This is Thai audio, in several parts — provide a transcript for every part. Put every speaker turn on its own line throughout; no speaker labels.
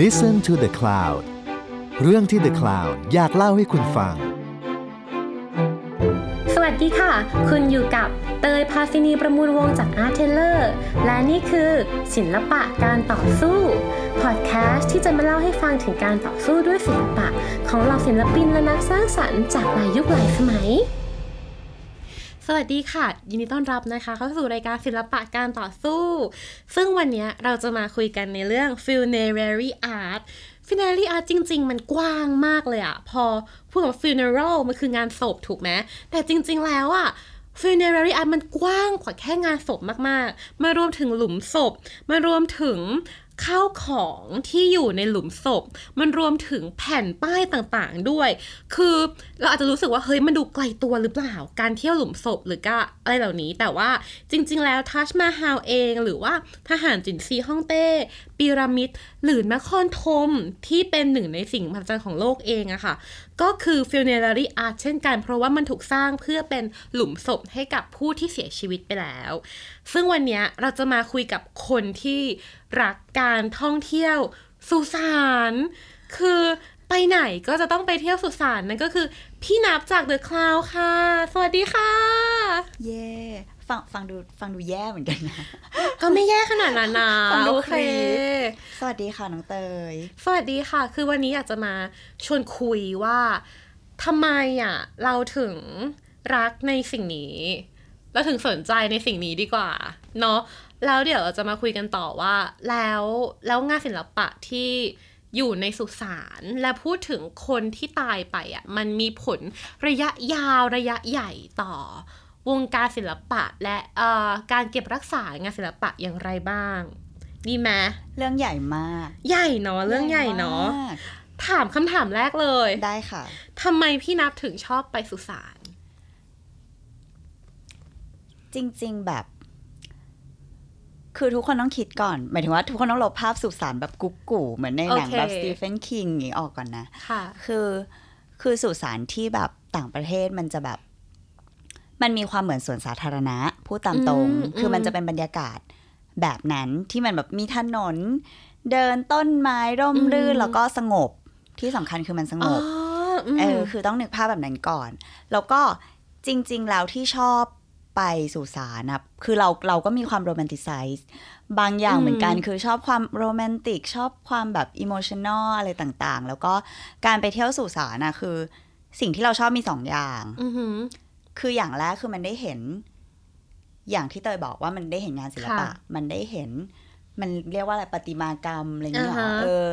Listen to the Cloud เรื่องที่ The Cloud อยากเล่าให้คุณฟัง
สวัสดีค่ะ คุณอยู่กับเตยพาซินีประมูลวงศ์จาก Art Taylor และนี่คือศิลปะการต่อสู้ พอดแคสต์ที่จะมาเล่าให้ฟังถึงการต่อสู้ด้วยศิลปะ ของเหล่าศิลปินและนักสร้างสรรค์จากหลายยุคหลายสมัย สวัสดีค่ะ ยินดีต้อนรับนะคะ เข้าสู่รายการศิลปะการต่อสู้ ซึ่งวันเนี้ยเราจะมาคุยกันในเรื่อง funerary art funerary art จริง ๆ มันกว้างมากเลยอะพอพูดกับ funeral มันคืองานศพถูกไหมแต่จริง ๆ แล้วอะ funerary art มันกว้างกว่าแค่งานศพมากๆ มารวมถึงหลุมศพ มารวมถึงข้าวของที่อยู่ในหลุมศพ มันรวมถึงแผ่นป้ายต่างๆด้วย คือเราอาจจะรู้สึกว่าเฮ้ยมันดูไกลตัวหรือเปล่า การเที่ยวหลุมศพหรือก็อะไรเหล่านี้ แต่ว่าจริงๆแล้วทัชมาฮาวเองหรือว่าทหารจินซีฮ่องเต้ปิรามิดหรือนครธมที่เป็นหนึ่งในสิ่งมหัศจรรย์ของโลกเองอะค่ะ ก็คือ funerary art เช่นกัน เพราะว่ามันถูกสร้างเพื่อเป็นหลุมศพให้กับผู้ที่เสียชีวิตไปแล้ว ซึ่งวันเนี้ยเราจะมาคุยกับคนที่รักการท่องเที่ยวสุสานคือไปไหนก็จะต้องไปเที่ยวสุสานนั่นก็คือพี่นับจาก The Cloud ค่ะ สวัสดีค่ะ
เย่ฟังฟังดูฟังดูแย่เหมือนกันนะ
ก็ไม่แย่ขนาดนั้นนะ
ฟังดู
โอเค
ครี สวัสดีค่ะน้องเตย
สวัสดีค่ะ คือวันนี้อยากจะมาชวนคุยว่าทำไมอ่ะเราถึงรักในสิ่งนี้เราถึงสนใจในสิ่งนี้ดีกว่าเนาะแล้วเดี๋ยวเราจะมาคุยกันต่อว่า แล้วแล้วงานศิลปะที่อยู่ในสุสานและพูดถึงคนที่ตายไปอ่ะมันมีผลระยะยาวระยะใหญ่ต่อ วงการศิลปะและเอ่อการเก็บรักษางานศิลปะอย่างไรบ้างดีไหม
เรื่องใหญ่มาก
ใหญ่เนาะเรื่องใหญ่เนาะ
มาก
ถามคำถามแรกเลย
ได้ค่ะ
ทำไมพี่นับถึงชอบไปสุสาน
จริง ๆ แบบ คือทุกคนต้องคิดก่อน หมายถึงว่าทุกคนต้องลบภาพสุสานแบบกุ๊กกูเหมือนในหนัง
โอเค
แบบสตีเฟนคิงอย่างนี้ออกก่อนนะ
ค่ะ
คือคือสุสานที่แบบต่างประเทศมันจะแบบ มันมีความเหมือนสวนสาธารณะพูดตามตรง
อืม
คืออ
ม
มันจะเป็นบรรยากาศแบบนั้นที่มันแบบมีถนน เดินต้นไม้ร่มรื่น แล้วก็สงบที่สำคัญคือมันสง
อ๋อบ อืม
เออคือต้องนึกภาพแบบนั้นก่อน แล้วก็จริง ๆ แล้วที่ชอบไปสุสานนะคือเราเราก็มีความโรแมนติไซส์บางอย่างเหมือนกัน คือชอบความโรแมนติก ชอบความแบบอิโมชันอลอะไรต่างๆ แล้วก็การไปเที่ยวสุสานนะคือ สิ่งที่เราชอบมีสองอย่าง
อหือ
คืออย่างแรกคือมันได้เห็น อย่างที่เตยบอกว่ามันได้เห็นงานศิลปะ
ค่ะ
มันได้เห็น มันเรียกว่าอะไรประติมากรรมอะไรอย่างเงี้ยเหรอ
อ่าฮะ
เออ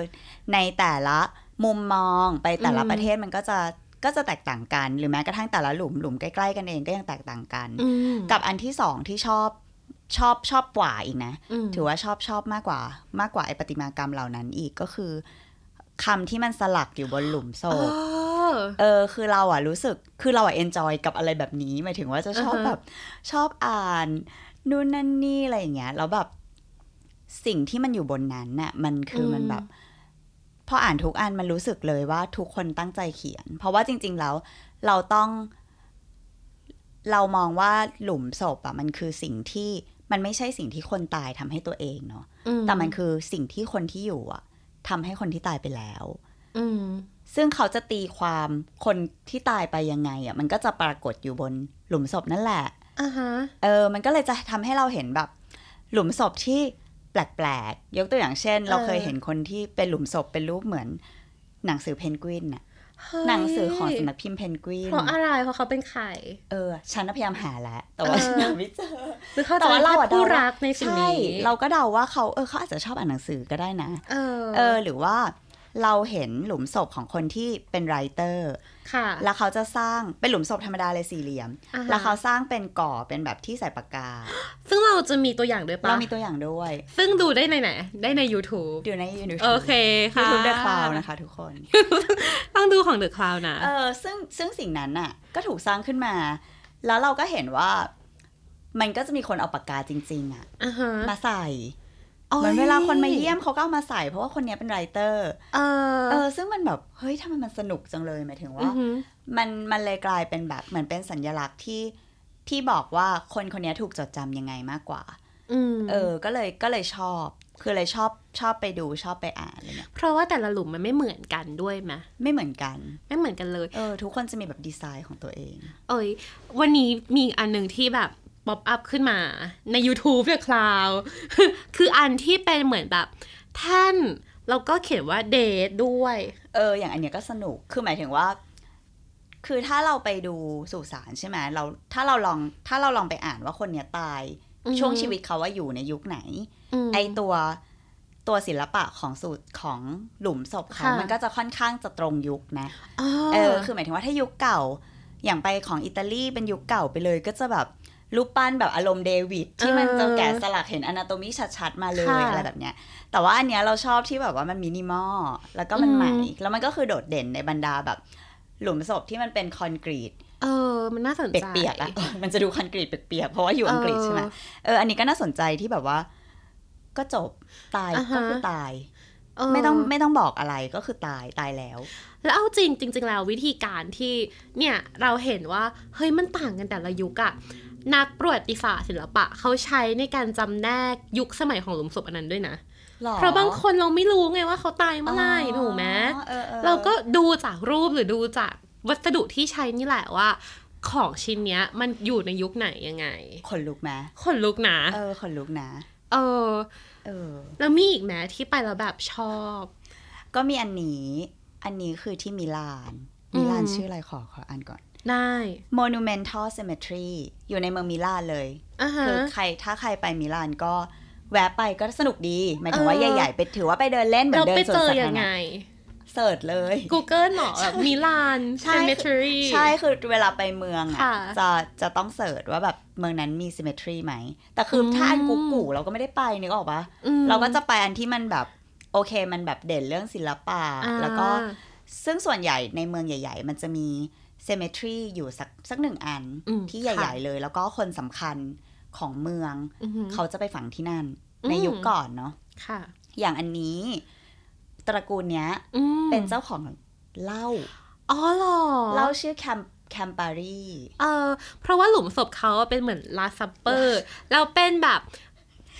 ในแต่ละมุมมองไปแต่ละ
อืม
ประเทศมันก็จะก็จะแตกต่างกัน หรือแม้กระทั่งแต่ละหลุมหลุมใกล้ๆกันเองก็ยังแตกต่างกัน
อืม
กับอันที่สองที่ชอบชอบชอบกว่าอีกนะ
ม
ถือว่าชอบชอบมากกว่ามากกว่าไอประติมากรรมเหล่านั้นอีกก็คือคำที่มันสลักอยู่บนหลุมศ
เอ
พ
อ
เออคือเราอ่ะรู้สึกคือเราอ่ะเอนจอยกับอะไรแบบนี้หมายถึงว่าจะชอบ
อือฮะ
แบบชอบอ่านนู่นนั่นนี่อะไรอย่างเงี้ยแล้วแบบสิ่งที่มันอยู่บนนั้นน่ะมันคือมันแบบพออ่านทุกอันมันรู้สึกเลยว่าทุกคนตั้งใจเขียน เพราะว่าจริง ๆ แล้วเราต้อง เรามองว่าหลุมศพอ่ะมันคือสิ่งที่มันไม่ใช่สิ่งที่คนตายทำให้ตัวเองเนาะ
อื
แต่มันคือสิ่งที่คนที่อยู่อ่ะทำให้คนที่ตายไปแล้ว
ม
ซึ่งเขาจะตีความคนที่ตายไปยังไงอ่ะมันก็จะปรากฏอยู่บนหลุมศพนั่นแหละ
อ่าฮะ
เออ มันก็เลยจะทำให้เราเห็นแบบ หลุมศพที่แปลกๆ ยกตัวอย่างเช่น เรา
เออ
เคยเห็นคนที่เป็นหลุมศพเป็นรูปเหมือน หนังสือเพนกวินน่ะหนังสือของสำนักพิมพ์เพนกวิน
เพราะอะไรเพราะเขาเป็นใคร
เออฉันน่ะพยายามหาแล้วแต่ว่า
เออ
ฉันหาไม่เจอ
หรือเขา
แต่
จะ
ว่า
เป็น
เราอะ
ผู้รักในสิ่ง
ใช่
นี้
เราก็เดาว่าเขาเออเขาอาจจะชอบอ่านหนังสือก็ได้นะ
เออ
เออ หรือว่าเราเห็นหลุมศพของคนที่เป็นไรเตอร์
ค่ะ
แล้วเขาจะสร้างเป็นหลุมศพธรรมดาเลยสี่เหลี่ยม
อ่ฮะ
แล้วเขาสร้างเป็นก่อเป็นแบบที่ใส่ปากกา
ซึ่งเราจะมีตัวอย่างด้วยปะ
เรามีตัวอย่างด้วย
ซึ่งดูได้ในไหนได้ใน YouTube
อยู่ในยูนิ
โอเค
ยู
ค่ะ
ทูบเดอะคลาวนะคะทุกคน
ต้องดูของ The Cloud นะ
เออซึ่งซึ่งสิ่งนั้นน่ะ ก็ถูกสร้างขึ้นมา แล้วเราก็เห็นว่า มันก็จะมีคนเอาปากกาจริง ๆ อ่ะ
อ่าฮะ
มาใส่
โอ้ย
เหมือนเวลาคนมาเยี่ยมเขาก็เอามาใส่เพราะว่าคนเนี้ยเป็นไรเตอร์
เออ
เออซึ่งมันแบบเฮ้ยทำไมมันสนุกจังเลยหมายถึง
อื
ว่า
อหือ
มันมันเลยกลายเป็นแบบเหมือนเป็นสัญลักษณ์ที่ที่บอกว่าคนคนเนี้ยถูกจดจำยังไงมากกว่า
อืม
เออ ก็เลยก็เลยชอบ คือเลยชอบชอบไปดูชอบไปอ่านอะไรเงี้ย
เพราะว่าแต่ละหลุมมันไม่เหมือนกันด้วยไหม
ไม่เหมือนกัน
ไม่เหมือนกันเลย
เออ ทุกคนจะมีแบบดีไซน์ของตัวเอง
เอ้ยวันนี้มีอีกอันหนึ่งที่แบบป๊อปอัพขึ้นมาใน YouTube เพื่อคลาว คืออันที่เป็นเหมือนแบบ ท่านแล้วก็เขียนว่าเดทด้วย
เออ อย่างอันเนี้ยก็สนุก คือหมายถึงว่า คือถ้าเราไปดูสุสานใช่ไหมเราถ้าเราลองถ้าเราลองไปอ่านว่าคนเนี้ยตาย
อือฮึ
ช่วงชีวิตเขาว่าอยู่ในยุคไหน
ม
ไอตัวตัวศิลปะของสูตรของหลุมศพเขา
ค่ะ
มันก็จะค่อนข้างจะตรงยุคนะ
เอ
เออ
อ
คือหมายถึงว่าถ้ายุคเก่า อย่างไปของอิตาลีเป็นยุคเก่าไปเลย ก็จะแบบรูปปั้นแบบอารมณ์เดวิดที่มันจะแกะสลักเห็นอนาโตมีชัดๆ มาเลย
ค่ะ
อะไรแบบเนี้ย แต่ว่าอันเนี้ยเราชอบที่แบบว่ามันมินิมอล แล้วก็มัน
อืม
ใหม่ แล้วมันก็คือโดดเด่นในบรรดาแบบ หลุมศพที่มันเป็นคอนกรีต
เออ มันน่าสนใจ
เปียกๆอะ มันจะดูคอนกรีตเปียกๆ เพราะว่าอยู่อังกฤษใช่ไหม
เออ
เออ อันนี้ก็น่าสนใจที่แบบว่า ก็จบตาย
อ่าฮะ
ก็คือตาย
เ
ไม่ต้องไม่ต้องบอกอะไรก็คือตายตายแล้ว
แล้วเอาจริงจริง ๆ แล้ววิธีการที่เนี่ยเราเห็นว่าเฮ้ยมันต่างกันแต่ละยุคอะนักประวัติศาสตร์ศิลปะเขาใช้ในการจำแนกยุคสมัยของหลุมศพอันนั้นด้วยนะ เพราะบางคนเราไม่รู้ไงว่าเขาตายเมื่อไหร่ถูกไหม
ออออ
เราก็ดูจากรูปหรือดูจากวัสดุที่ใช้นี่แหละว่า ของชิ้นเนี้ยมันอยู่ในยุคไหนยังไง
ขนลุกไหม
ขนลุกนะ
เออขนลุกนะ
เออ
เออ
แล้วมีอีกไหมที่ไปแล้วแบบชอบ
ก็มีอันนี้ อันนี้คือที่มิลาน
อืม
มิลานชื่ออะไรขอขออ่านก่อน
ได้
Monumental Cemetery อยู่ในเมืองมิลานเลย
อ่าฮะ
คือใครถ้าใครไปมิลานก็แวะไปก็สนุกดี หมายถึงว่า
เออ
ใหญ่ ๆ ไปถือว่าไปเดินเล่นเหมือ
เรา
นเดิน
ไป
สวน
เจอ
สาธา
ยัง
ร
ไง
ณะเสิร์ชเลย
Google หมอแบบมิลาน
ใช่
Cemetery
ใช่คือเวลาไปเมืองอ่ะ
ค่ะ
จะจะต้องเสิร์ชว่าแบบเมืองนั้นมี cemetery ไหม แต่คืออ
ม
ถ้าอันกูกูเราก็ไม่ได้ไปนึกออกปะ
อืม
เราก็จะไปอันที่มันแบบโอเคมันแบบเด่นเรื่องศิลปะ
อ่า
แล้วก็ซึ่งส่วนใหญ่ในเมืองใหญ่ ๆ มันจะมีเซ m e t r y อยู่สักสักหนึ่งอัน
อืม
ที่ใหญ่ ๆ เลย แล้วก็คนสำคัญของเมือง
อือหือ
เขาจะไปฝังที่นั่น
อืม
ในยุคก่อนเนาะ
ค่ะ
อย่างอันนี้ ตระกูลเนี้ย
อืม
เป็นเจ้าของเหล้า
อ๋อเหรอ
เหล้าชื่อแคมแคมปารี
เออเพราะว่าหลุมศพเขาอะเป็นเหมือนลาซัปเปอร์แล้วเป็นแบบ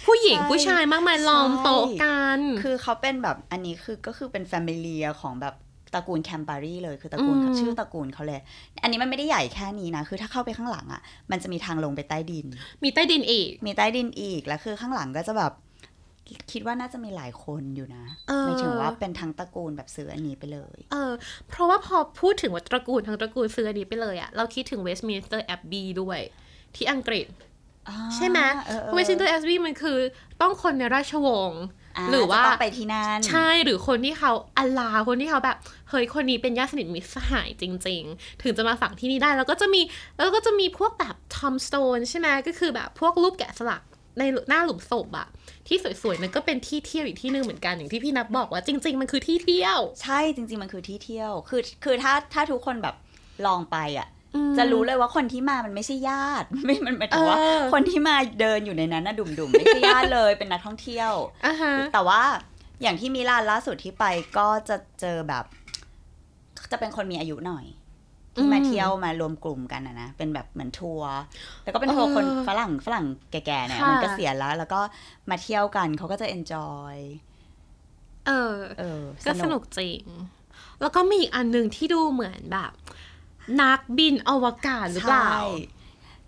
ผู้หญิงผู้ชายมากมายล้อมโต๊ะกัน
คือเขาเป็นแบบอันนี้คือก็คือเป็นแฟมิเลียของแบบตระกูลแคมปารีเลยคือตระกูลเขาชื่อตระกูลเขาเลย อันนี้มันไม่ได้ใหญ่แค่นี้นะ คือถ้าเข้าไปข้างหลังอะ่ะ มันจะมีทางลงไปใต้ดิน
มีใต้ดินอีก
มีใต้ดินอีก แล้วคือข้างหลังก็จะแบบ คิดว่าน่าจะมีหลายคนอยู่นะ
เออ
หมายถึงว่าเป็นทั้งตระกูลแบบซื้ออันนี้ไปเลย
เออเพราะว่าพอพูดถึงว่าตระกูลทางตระกูลเสื้อนี้ไปเลยอะเราคิดถึงเวสต์มินสเตอร์แอบบีด้วย ที่อังกฤษ ใช่ไหมเวสต์มินสเตอร์แอบบีมันคือ ต้องคนในราชวงศ์ ห
ห
รื
รือ อ
ว่า
ว่าจะต้องไปที่นั่น
ใช่หรือคนที่เขาอลาคนที่เขาแบบเฮ้ยคนนี้เป็นญาติสนิทมิตรสหายจริง ๆ ถึงจะมาฝังที่นี่ได้แล้วก็จะมีแล้วก็จะมีพวกแบบทอมสโตนใช่ไหมก็คือแบบพวกรูปแกะสลักในหน้าหลุมศพอะที่สวยๆนั่นก็เป็นที่เที่ยวอีกที่หนึงเหมือนกันอย่างที่พี่นับบอกว่าจริง ๆ มันคือที่เที่ยว
ใช่จริง ๆ มันคือที่เที่ยว คือ คือถ้าถ้าทุกคนแบบลองไปอ่ะ
อืม
จะรู้เลยว่าคนที่มามันไม่ใช่ญาติ ไม่ มันหมายถึงว่า
เออ
คนที่มาเดินอยู่ในนั้นน่ะดุ่มๆ ไม่ใช่ญาติเลย เป็นนักท่องเที่ยว
อ่าฮะ
แต่ว่าอย่างที่มิลานล่าสุดที่ไปก็จะเจอแบบ จะเป็นคนมีอายุหน่อย ที่มาเที่ยวมารวมกลุ่มกันอะนะ เป็นแบบเหมือนทัวร์แล้วก็เป็นทัวร์คนฝรั่งฝรั่งแก่ๆเนี่ยมันเกษียณแล้ว แล้วก็มาเที่ยวกันเขาก็จะ enjoy
เออ
เออ
ก็สนุกจริง แล้วก็มีอีกอันหนึ่งที่ดูเหมือนแบบ นักบินอวกาศหรือเปล่า
ใช่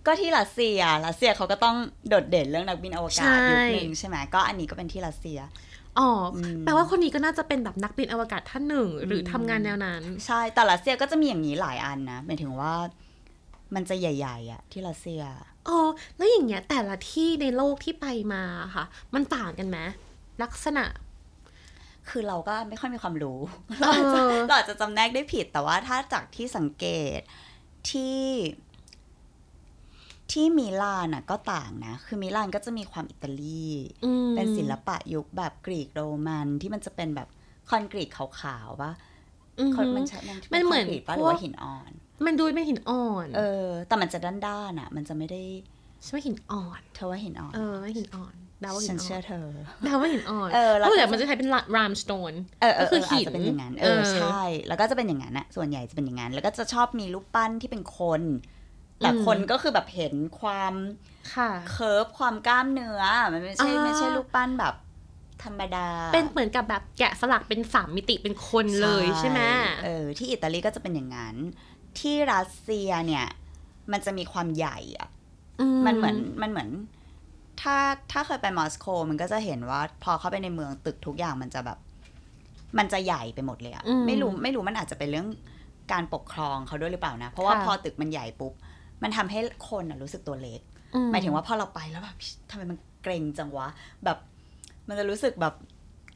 ก็ที่รัสเซียรัสเซียเขาก็ต้องโดดเด่นเรื่องนักบินอว
ใช่
กาศยุคหนึ่งใช่ไหมก็อันนี้ก็เป็นที่รัสเซีย
อ๋ออ
ม
แปลว่าคนนี้ก็น่าจะเป็นแบบนักบินอวกาศท่านหนึ่ง หรือทำงานแนวนั้น
ใช่แต่รัสเซียก็จะมีอย่างนี้หลายอันนะหมายถึงว่ามันจะใหญ่ๆอะที่รัสเซีย
โอ้แล้วอย่างเงี้ยแต่ละที่ในโลกที่ไปมาค่ะ มันต่างกันไหมลักษณะ
คือเราก็ไม่ค่อยมีความรู้
เอ
เราอาจจะ
อ
เราอาจจะจำแนกได้ผิดแต่ว่าถ้าจากที่สังเกตที่ที่มิลานน่ะก็ต่างนะ คือมิลานก็จะมีความอิตาลี
อืม
เป็นศิลปะยุคแบบกรีกโรมันที่มันจะเป็นแบบคอนกรีตขาวๆปะ
อือ
ค
หื
น
อ
มันใช้มัน
มันเหมือน
คกรีตปะ
พวก
หรือว่าหินอ่อน
มันดูเป็นหินอ่อน
เออ แต่มันจะด้านๆอ่ะ มันจะไม่ได้
ใช่ไหมหินอ่อน
เธอว่าหินอ่อน
เออหินอ่อนเดาว่าหิ
ฉั
น
น
อ่
เชื่
อ
อน เธอ
เดาว่าหินอ่อน
เออแล้วก็
เดี๋ยวมันจะใช้เป็นรามสโตน
เออเออ
ก็คือหิน
เอาจจะเป็นอย่างนั้นเอ
เอ
อ
อ
ใช่ แล้วก็จะเป็นอย่างนั้นอะส่วนใหญ่จะเป็นอย่างนั้น แล้วก็จะชอบมีรูปปั้นที่เป็นคนแต่คนก็คือแบบเห็นความ
ค่ะ
เคิร์ฟความกล้ามเนื้อ มันไม่ใช่
อ่า
ไม่ใช่รูปปั้นแบบ ธรรมดา
เป็นเหมือนกับแบบแกะสลักเป็นสามมิติเป็นคนเลยใช่ไหม
เออที่อิตาลีก็จะเป็นอย่างนั้น ที่รัสเซียเนี่ย มันจะมีความใหญ่อะ มันเหมือนมันเหมือน ถ้าถ้าเคยไปมอสโกมันก็จะเห็นว่าพอเข้าไปในเมืองตึกทุกอย่างมันจะแบบ มันจะใหญ่ไปหมดเลยอะ
อืม
ไม่รู้ไม่รู้มันอาจจะเป็นเรื่องการปกครองเขาด้วยหรือเปล่านะ เพราะว่า
ค่ะ
พอตึกมันใหญ่ปุ๊บ มันทำให้คนอะรู้สึกตัวเล็ก
อื
หมายถึงว่าพอเราไปแล้วแบบทำไมมันเกรงจังวะ แบบมันจะรู้สึกแบบ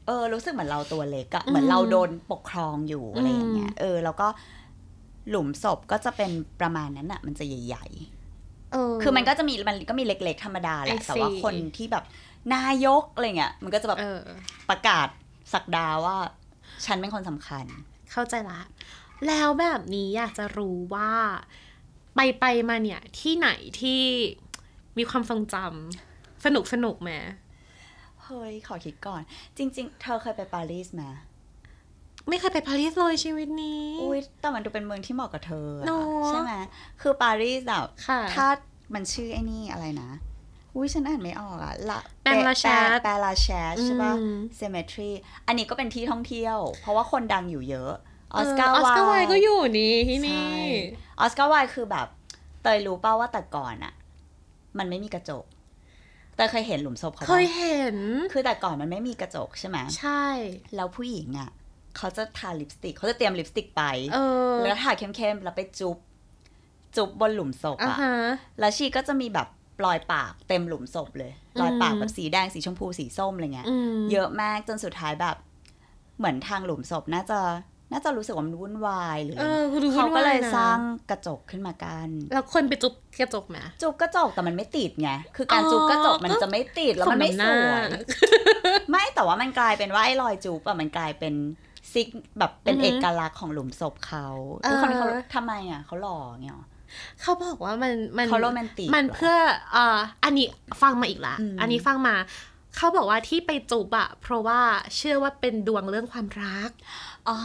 เออ รู้สึกเหมือนเราตัวเล็กอะเหมือนเราโดนปกครองอยู่อะไรอย่างเงี้ยเออ แล้วก็หลุมศพก็จะเป็นประมาณนั้นอะมันจะใหญ่ ๆ
เ
คือมันก็จะมีมันก็มีเล็ก ๆ ธรรมดาแห
I
ละ
see
แต่ว่าคนที่แบบนายกอะไรเงี้ยมันก็จะแบบ
เออ
ประกาศสักดาว่า ฉันเป็นคนสำคัญ
เข้าใจละ แล้วแบบนี้อยากจะรู้ว่าไปไปๆมาเนี่ยที่ไหนที่มีความทรงจำสนุกสนุกๆไหม
เฮ้ย ขอคิดก่อน จริง ๆ เธอเคยไปปารีสไหมา
ไม่เคยไปปารีสเลยชีวิตนี้
อุ้ยแต่มันดูเป็นเมืองที่เหมาะกับเธออะ
เนอะ
ใช่ไหมคือปารีสอะ
ค่ะ
ถ้ามันชื่อไอ้นี่อะไรนะ อุ้ยฉันอ่านไม่ออกอะละ
แปลงลาแชท
แปลงลาแชทใช่ปะ
อืม
c e m e t r y อันนี้ก็เป็นที่ท่องเที่ยว เพราะว่าคนดังอยู่เยอะออสการ์
เออออสการ์ไว
ไว
ก็อยู่นี่ที่นี่
ใช่ ออสการ์ไวายคือแบบเตยรู้เป้าว่าแต่ก่อนอะมันไม่มีกระจกเตยเคยเห็นหลุมศพเขาปะ
เคยเห็น
คือแต่ก่อนมันไม่มีกระจกใช่ไหม
ใช่
แล้วผู้หญิงอะเขาจะทาลิปสติก เขาจะเตรียมลิปสติกไป
เออ
แล้วทาเข้มๆ แล้วไปจุบจุบบนหลุมศพ
อ่ะ
อะ
ฮะ
แล้วชีก็จะมีแบบรอยปากเต็มหลุมศพเลยรอยปาก
อืม
แบบสีแดงสีชมพูสีส้มอะไรเงี้ย
อืม
เยอะมากจนสุดท้ายแบบ เหมือนทางหลุมศพน่าจะน่าจะรู้สึกว่ามันวุ่นวายหรือ
เออ
อะไร
คุณดู
เขาก็เลย
นะ
สร้างกระจกขึ้นมากัน
แล้วคนไปจุบกระจกไหม
จุกกระจกแต่มันไม่ติดไง คือการจุกกระจกมัน
ก็
จะไม่ติดแล้วมันไม่สวย ไม่แต่ว่ามันกลายเป็นว่าไอ้รอยจุบอะมันกลายเป็นซิกแบบเป็น
อือฮึ
เอกลักษณ์ของหลุมศพเขา
เออ
ทุกคนเขาทำไมอ่ะเขาหล่อเงี้ยหรอ
เขาบอกว่ามันมัน
เขาโรแมนติก
มัน
หร
เพื่อเอ่ออันนี้ฟังมาอีกละ
อืม
อันนี้ฟังมา เขาบอกว่าที่ไปจูบอะเพราะว่าเชื่อว่าเป็นดวงเรื่องความรัก
อ๋อ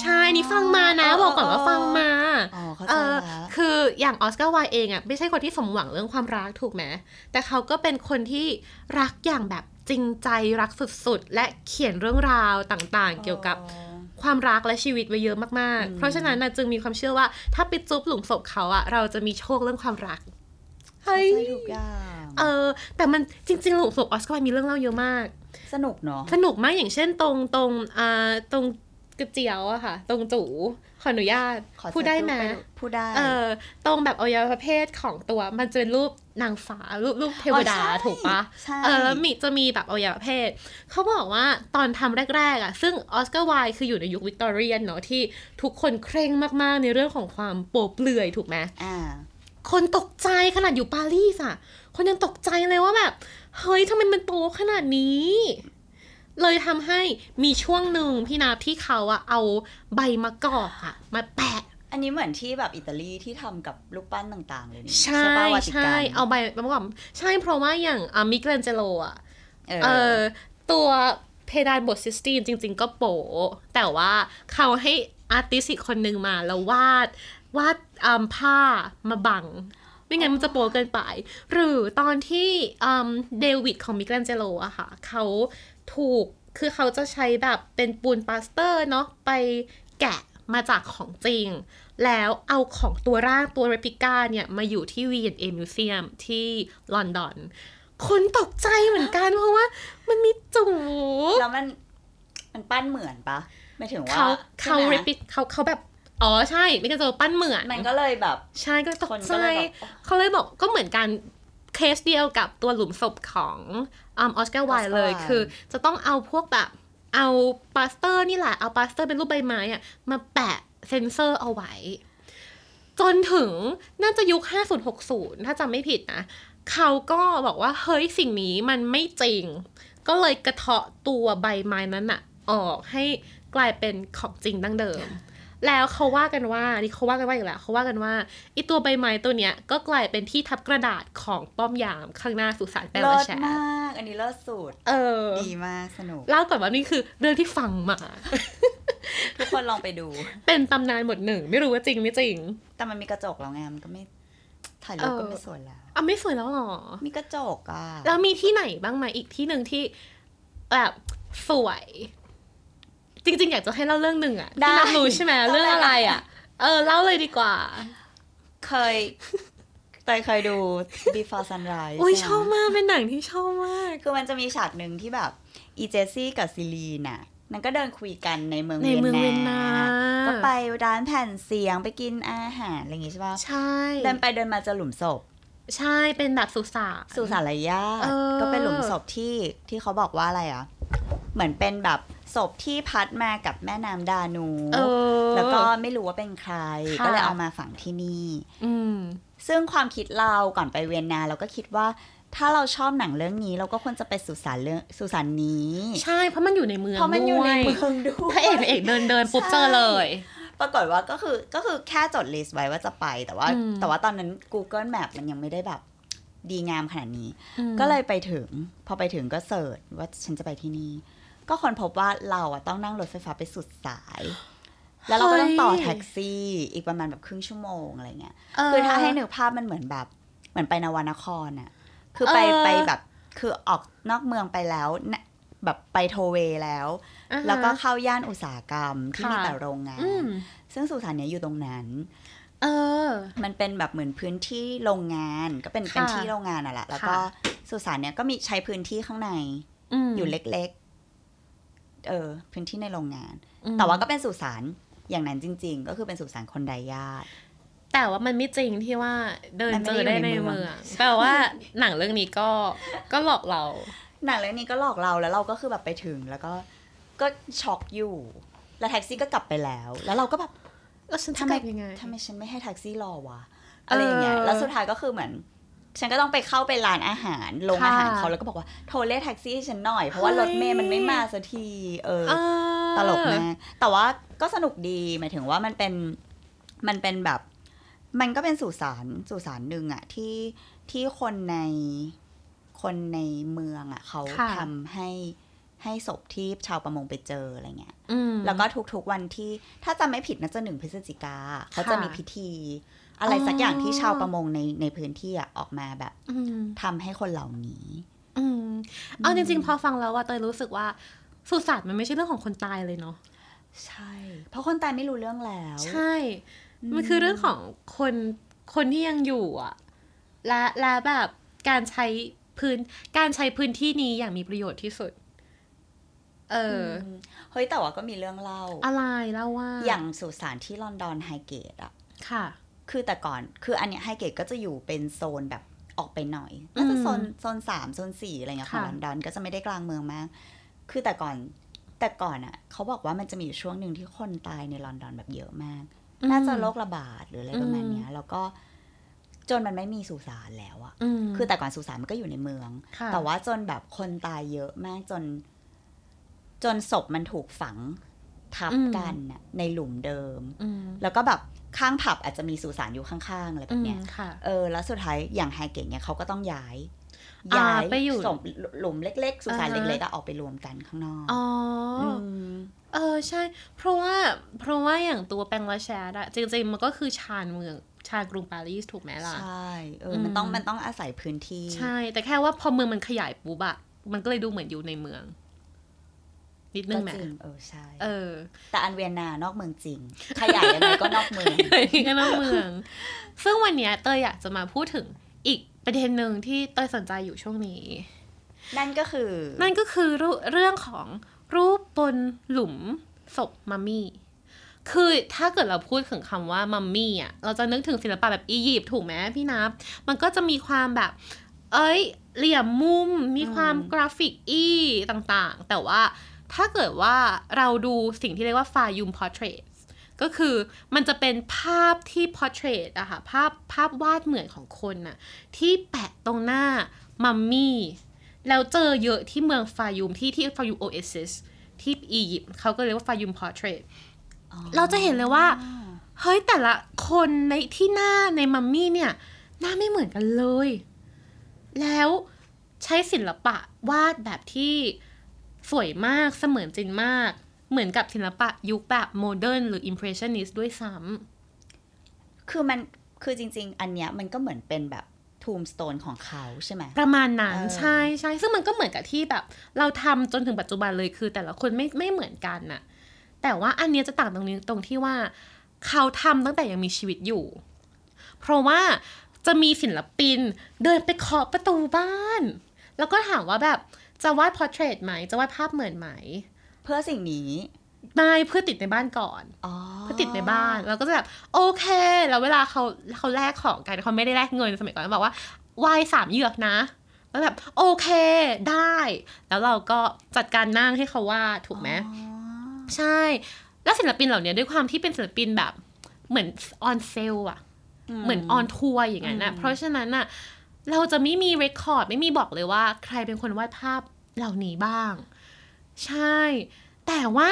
ใช่อันนี้ฟังมานะ
เ
บอกก่อนว่าฟังมา
อ๋อเขา
เอ
ใจ
อ
ละ
คืออย่างออสการ์ไวล์เองอะไม่ใช่คนที่สมหวังเรื่องความรักถูกไหมแต่เขาก็เป็นคนที่รักอย่างแบบจริงใจรักสุดๆ และเขียนเรื่องราวต่างๆ เกี่ยวกับ
อ๋อ
ความรักและชีวิตไว้เยอะมาก
อื
ๆ
ม
เพราะฉะนั้นนะจึงมีความเชื่อว่า ถ้าไปจุบหลุมศพเขาอะเราจะมีโชคเรื่องความรัก เฮ้ย
เข้าใจทุกอย่าง
เออ แต่มันจริงๆหลุมศพออสการ์มีเรื่องเล่าเยอะมาก
สนุกเนาะ
สนุกมากอย่างเช่นตรงตรงอ่าตรงกระเจียวอะค่ะ ตรงจูขออนุญาต
ขอ
พูดได้ไหม
เซ็ตรูปปพูดได้
เออ ตรงแบบอวัยวะเพศของตัวมันจะเป็นรูปนางฟ้ารูปรูปเทวดา
อ๋อใช่
ถูกปะ
ใช่
เออแล้วมีจะมีแบบอวัยวะเพศ เขาบอกว่าตอนทำแรก ๆ อ่ะ ซึ่งออสการ์ไวล์คืออยู่ในยุควิกตอเรียนเนาะที่ทุกคนเคร่งมาก ๆ ในเรื่องของความโปรเปลือยถูกไหม
อ่า
คนตกใจขนาดอยู่ปารีสอ่ะ คนยังตกใจเลยว่าแบบ เฮ้ยทำไมมันโตขนาดนี้ เลยทำให้มีช่วงหนึ่งพี่นับที่เขาอะเอาใบมะกอกอะมาแปะ
อันนี้เหมือนที่แบบอิตาลีที่ทำกับลูกปั้นต่างๆ เลยนี่
ใช่
ปะวาติ
ใช่
กัน
เอาใบมะกอกใช่เพราะว่าอย่างอ่ะมิเกลานเจโลอ่ะ
เอ
เออ
อ
ตัวเพดานบทซิสตีนจริง ๆ ก็โปะแต่ว่าเขาให้อาร์ติสต์อีกคนนึงมาแล้ววาด วาดอ่าผ้ามาบัง ไม่งั้นมันจะโปะเกินไป หรือตอนที่อืมเดวิดของมิเกลานเจโลอะค่ะเขาถูกคือเขาจะใช้แบบเป็นปูนปลาสเตอร์เนาะไปแกะมาจากของจริง แล้วเอาของตัวร่างตัวเรปลิก้าเนี่ย มาอยู่ที่ V&A Museum ที่ลอนดอน คนตกใจเหมือนกัน เพราะว่ามันมีจู
แล้วมันมันปั้นเหมือนปะไม่ถึงว่า
เขาเขา
ใช่ไหม
เรปิเขาเขาแบบ อ๋อใช่ ไม่กันจะปั้นเหมือน
มันก็เลยแบบ
ใช่ก็ต
คน
กใจ
ก็เลยแบบ
เขาเลยบอกก็เหมือนกันเคสเดียวกับตัวหลุมศพของออสการ์ไวเลย คือจะต้องเอาพวกแบบเอาปลาสเตอร์นี่แหละ เอาปลาสเตอร์เป็นรูปใบไม้อะมาแปะเซ็นเซอร์เอาไว้ จนถึงน่าจะยุค 5060 ถ้าจำไม่ผิดนะ เขาก็บอกว่าเฮ้ยสิ่งนี้มันไม่จริง ก็เลยกระเทาะตัวใบไม้นั้นอะออกให้กลายเป็นของจริงดั้งเดิม แล้วเขาว่ากันว่านี่เขาว่ากันว่าอีกแล้วเขาว่ากันว่าไอตัวใบไม้ตัวเนี้ยก็กลายเป็นที่ทับกระดาษของป้อมยามข้างหน้าสุสานแปล
เลิ
ว่า
ศ
แชร์
มาก อันนี้เลิศสุด
เออ
ดีมากสนุก
เล่าก่อนว่านี่คือเรื่องที่ฟังมา
ทุกคนลองไปดู
เป็นตำนานหมดหนึ่ง ไม่รู้ว่าจริงไม่จริง
แต่มันมีกระจกแล้วไงมันก็ไม่ถ่ายรูป
เออ
ก็ไม่สวยแล้ว
อ่ะไม่สวยแล้วหรอ
มีกระจกอ่ะ
แล้วมีที่ไหนบ้างไหมอีกที่หนึ่งที่แบบ สวย จริง ๆ อยากจะให้เล่าเรื่องหนึ่งอะ
ได้
ที่นับรู้ใช่ไหม
เล่าเลย
เรื่องอะไรอะเออเล่าเลยดีกว่า
เคยเตยเคยดู Before Sunrise
อุ้ย
ใไห
ชอบมากเป็นหนังที่ชอบมาก
คือมันจะมีฉากหนึ่งที่แบบ อีเจสซี่กับซิลีน่ะนางก็เดินคุยกันในเมือง
ในเมืองเวียนนา
ก็ไปร้านแผ่นเสียงไปกินอาหารอะไรอย่างงี้ใช่ป่ะ
ใช่
เดินไปเดินมาเจะหลุมศพ
ใช่เป็นแบบสุสาน
สุสานไระยะ
เออ
ก็เป็นหลุมศพที่ที่เขาบอกว่าอะไรอ่ะ เหมือนเป็นแบบศพที่พัดมากับแม่น้ำดานู
เออ
แล้วก็ไม่รู้ว่าเป็นใคร
ค่ะ
ก็เลยเอามาฝังที่นี่
อืม
ซึ่งความคิดเราก่อนไปเวียนนาเราก็คิดว่า ถ้าเราชอบหนังเรื่องนี้ เราก็ควรจะไปสุสานเรื่องสุสานนี้
ใช่เพราะมันอยู่ในเมือง
เพราะมันอยู่ใน
ด้ว
เมืองด้ว
พระ
ย
เอกพระเอกเดินเดินปุ๊บเจอเลย
ปรากฏว่าก็คือก็คือแค่จดลิสต์ไว้ว่าจะไป แต่ว่า
อืม
แต่ว่าตอนนั้น Google Map มันยังไม่ได้แบบดีงามขนาดนี้ ก็เลยไปถึง พอไปถึงก็เสิร์ชว่าฉันจะไปที่นี่ ก็คนพบว่าเราอะต้องนั่งรถไฟฟ้าไปสุดสาย แล้วเราก็ต้องต่อ
เฮ้ย
แท็กซี่อีกประมาณแบบครึ่งชั่วโมงอะไรเงี้ย
เ
คือถ้าให้นึกภาพมันเหมือนแบบ เหมือนไปนวนครอะคือไป
เออ
ไปแบบคือออกนอกเมืองไปแล้วนะแบบไปโทเวแล้ว
อ่าฮะ
แล้วก็เข้าย่านอุตสาหกรรมที่
ค่ะ
มีแต่โรงงาน
อืม
ซึ่งสุสานเนี้ยอยู่ตรงนั้น
เออ
มันเป็นแบบเหมือนพื้นที่โรงงาน ก็เป็นเป็น
ค่ะ
ที่โรงงานอ่ะแหละแล้วก็
ค่ะ
สุสานเนี้ยก็มีใช้พื้นที่ข้างใน
ม
อยู่เล็กๆ เออ พื้นที่ในโรงงาน
อืม
แต่ว่าก็เป็นสุสานอย่างนั้นจริง ๆ ก็คือเป็นสุสานคนไดญาติ
แต่ว่ามันไม่จริงที่ว่าเดิน
มันไม่
เจ
ได้
อได้
อยู่ใน
ใน
เมื
เมื
อ
อง งแปลว่า หนังเรื่องนี้ก็ก็หลอกเรา
หนังเรื่องนี้ก็หลอกเราแล้วเราก็คือแบบไปถึงแล้วก็ก็ช็อกอยู่ แล้วแท็กซี่ก็กลับไปแล้ว แล้วเราก็แบบ
แล้วฉันจะ
ทำ
ก
ไม
ลับยังไง
ทำไมฉันไม่ให้แท็กซี่รอวะอะไรอย่างเงี้ย แล้วสุดท้ายก็คือเหมือน ฉันก็ต้องไปเข้าไปร้านอาหารโรงอาหาร
ค่ะ
เขาแล้วก็บอกว่าโทรเรียกแท็กซี่ให้ฉันหน่อยเพราะว่า
เฮ้ย
รถเมย์มันไม่มาสักทีเออ
เออ
ตลกมากแต่ว่าก็สนุกดีหมายถึงว่ามันเป็นมันเป็นแบบ มันก็เป็นสุสานสุสานหนึ่งอะที่ที่คนในคนในเมืองอะเขา
ค่ะ
ทำให้ให้ศพที่ชาวประมงไปเจออะไรเงี้ย
อืม
แล้วก็ทุกๆวันที่ถ้าจำไม่ผิดน่าจะหนึ่งพฤศจิกาเขาจะมีพิธี อะไรสักอย่างที่ชาวประมงในในพื้นที่อะออกมาแบบ
อืม
ทำให้คนเหล่านี้
อืมเอาจริง ๆ พอฟังแล้วว่าเตยรู้สึกว่าสุสานมันไม่ใช่เรื่องของคนตายเลยเนาะ
ใช่ เพราะคนตายไม่รู้เรื่องแล้ว
ใช่ มันคือเรื่องของคนคนที่ยังอยู่อะและและแบบการใช้พื้นการใช้พื้นที่นี้อย่างมีประโยชน์ที่สุด เอออ
มเฮ้ยแต่ว่าก็มีเรื่องเล่า
อะไรเล่าว่า
อย่างสุสานที่ลอนดอนไฮเกตอะ
ค่ะ
คือแต่ก่อนคืออันเนี้ยไฮเกตก็จะอยู่เป็นโซนแบบออกไปหน่อยน่าจะ
อืม
โซนโซนสามโซนสี่อะไรเงี้ยของ
ค่ะ
ลอนดอนก็จะไม่ได้กลางเมืองมาก คือแต่ก่อนแต่ก่อนอะเขาบอกว่ามันจะมีอยู่ช่วงหนึ่งที่คนตายในลอนดอนแบบเยอะมาก น่าจะโรคระบาดหรืออะไรประมาณเนี้ย แล้วก็จนมันไม่มีสุสานแล้วอะ
ม
คือแต่ก่อนสุสานมันก็อยู่ในเมือง
ค่ะ
แต่ว่าจนแบบคนตายเยอะมากจน จนศพมันถูกฝังทับกันน่ะในหลุมเดิม
อืม
แล้วก็แบบข้างผับอาจจะมีสุสานอยู่ข้างๆอะไรแบ
อื
บ
ม
เนี้ย
ค่ะ
เออแล้วสุดท้ายอย่างไฮเกตเนี่ยเขาก็ต้องย้าย
อ่า
ย้าย
ไปอยู่
ศพหลุมเล็กๆ สุสาน
อ่าฮะ
เล็กๆก็ออกไปรวมกันข้างนอก
อ๋ออ
ม
เออใช่ เพราะว่าเพราะว่าอย่างตัวแปลงวาแชร์อะจริงๆ มันก็คือชานเมืองชานกรุงปารีสถูกไหมล่ะ
ใช่เออมันต้องมันต้องอาศัยพื้นที่
ใช่ แต่แค่ว่าพอเมืองมันขยายปุ๊บอะมันก็เลยดูเหมือนอยู่ในเมือง นิดนึ
ก็
งแหม
จริงเออใช่
เออ
แต่อันเวียนนานอกเมืองจริงขยายยังไงก็นอกเมือง
เลยที่ก็นอกเมือง ซึ่งวันเนี้ยเตยอยากจะมาพูดถึงอีกประเด็นหนึ่งที่เตยสนใจอยู่ช่วงนี้
นั่นก็คือ
นั่นก็คือเรื่องเรื่องของรูปบนหลุมศพมัมมี่ คือถ้าเกิดเราพูดถึงคำว่ามัมมี่อ่ะ เราจะนึกถึงศิลปะแบบอียิปต์ถูกไหมพี่นับ มันก็จะมีความแบบ เอ้ย เหลี่ยมมุม มีความกราฟิกอี้ต่างๆ แต่ว่าถ้าเกิดว่าเราดูสิ่งที่เรียกว่าฟายุมพอร์เทรตก็คือมันจะเป็นภาพที่พอร์เทรตอะค่ะภาพภาพวาดเหมือนของคนน่ะที่แปะตรงหน้ามัมมี่ แล้วเจอเยอะที่เมืองฟายุมที่ที่ฟายุมโอเอซิสที่อียิปต์เขาก็เรียกว่าฟายุมพอร์เทรต
อ๋อ
เราจะเห็นเลยว่า เฮ้ย แต่ละคนในที่หน้าในมัมมี่เนี่ย หน้าไม่เหมือนกันเลย แล้วใช้ศิลปะวาดแบบที่สวยมากเสมือนจริงมาก เหมือนกับศิลปะยุคแบบโมเดิร์นหรืออิมเพรสชันนิสด้วยซ้
คือมันคือจริง ๆ อันเนี้ยมันก็เหมือนเป็นแบบ ทูมสโตนของเขาใช่ไหม
ประมาณนั้น
เออ
ใช่ใช่ซึ่งมันก็เหมือนกับที่แบบ เราทำจนถึงปัจจุบันเลยคือ แต่ละคนไม่ไม่เหมือนกันน่ะ แต่ว่าอันเนี้ยจะต่างตรงนี้ตรงที่ว่า เขาทำตั้งแต่ยังมีชีวิตอยู่ เพราะว่าจะมีศิลปินเดินไปเคาะประตูบ้าน แล้วก็ถามว่าแบบจะวาดพอร์เทรตไหม จะวาดภาพเหมือนไหม
เพื่อสิ่งนี้
ไม่เพื่อติดในบ้านก่อน
อ๋อ
เขาติดในบ้านแล้วก็จะแบบโอเค แล้วเวลาเขาเขาแลกของกันเขาไม่ได้แลกเงินสมัยก่อนเขาบอกว่าวายสามเหยือกนะ แล้วแบบโอเคได้ แล้วเราก็จัดการนั่งให้เขาวาดถูกไหม
อ๋อ
ใช่ แล้วศิลปินเหล่านี้ด้วยความที่เป็นศิลปินแบบเหมือนออนเซลอะเหมือนออนทัวร์อย่างนั้นนะเพราะฉะนั้นอะเราจะไม่มีเรคคอร์ดไม่มีบอกเลยว่าใครเป็นคนวาดภาพเหล่านี้บ้าง ใช่ แต่ว่า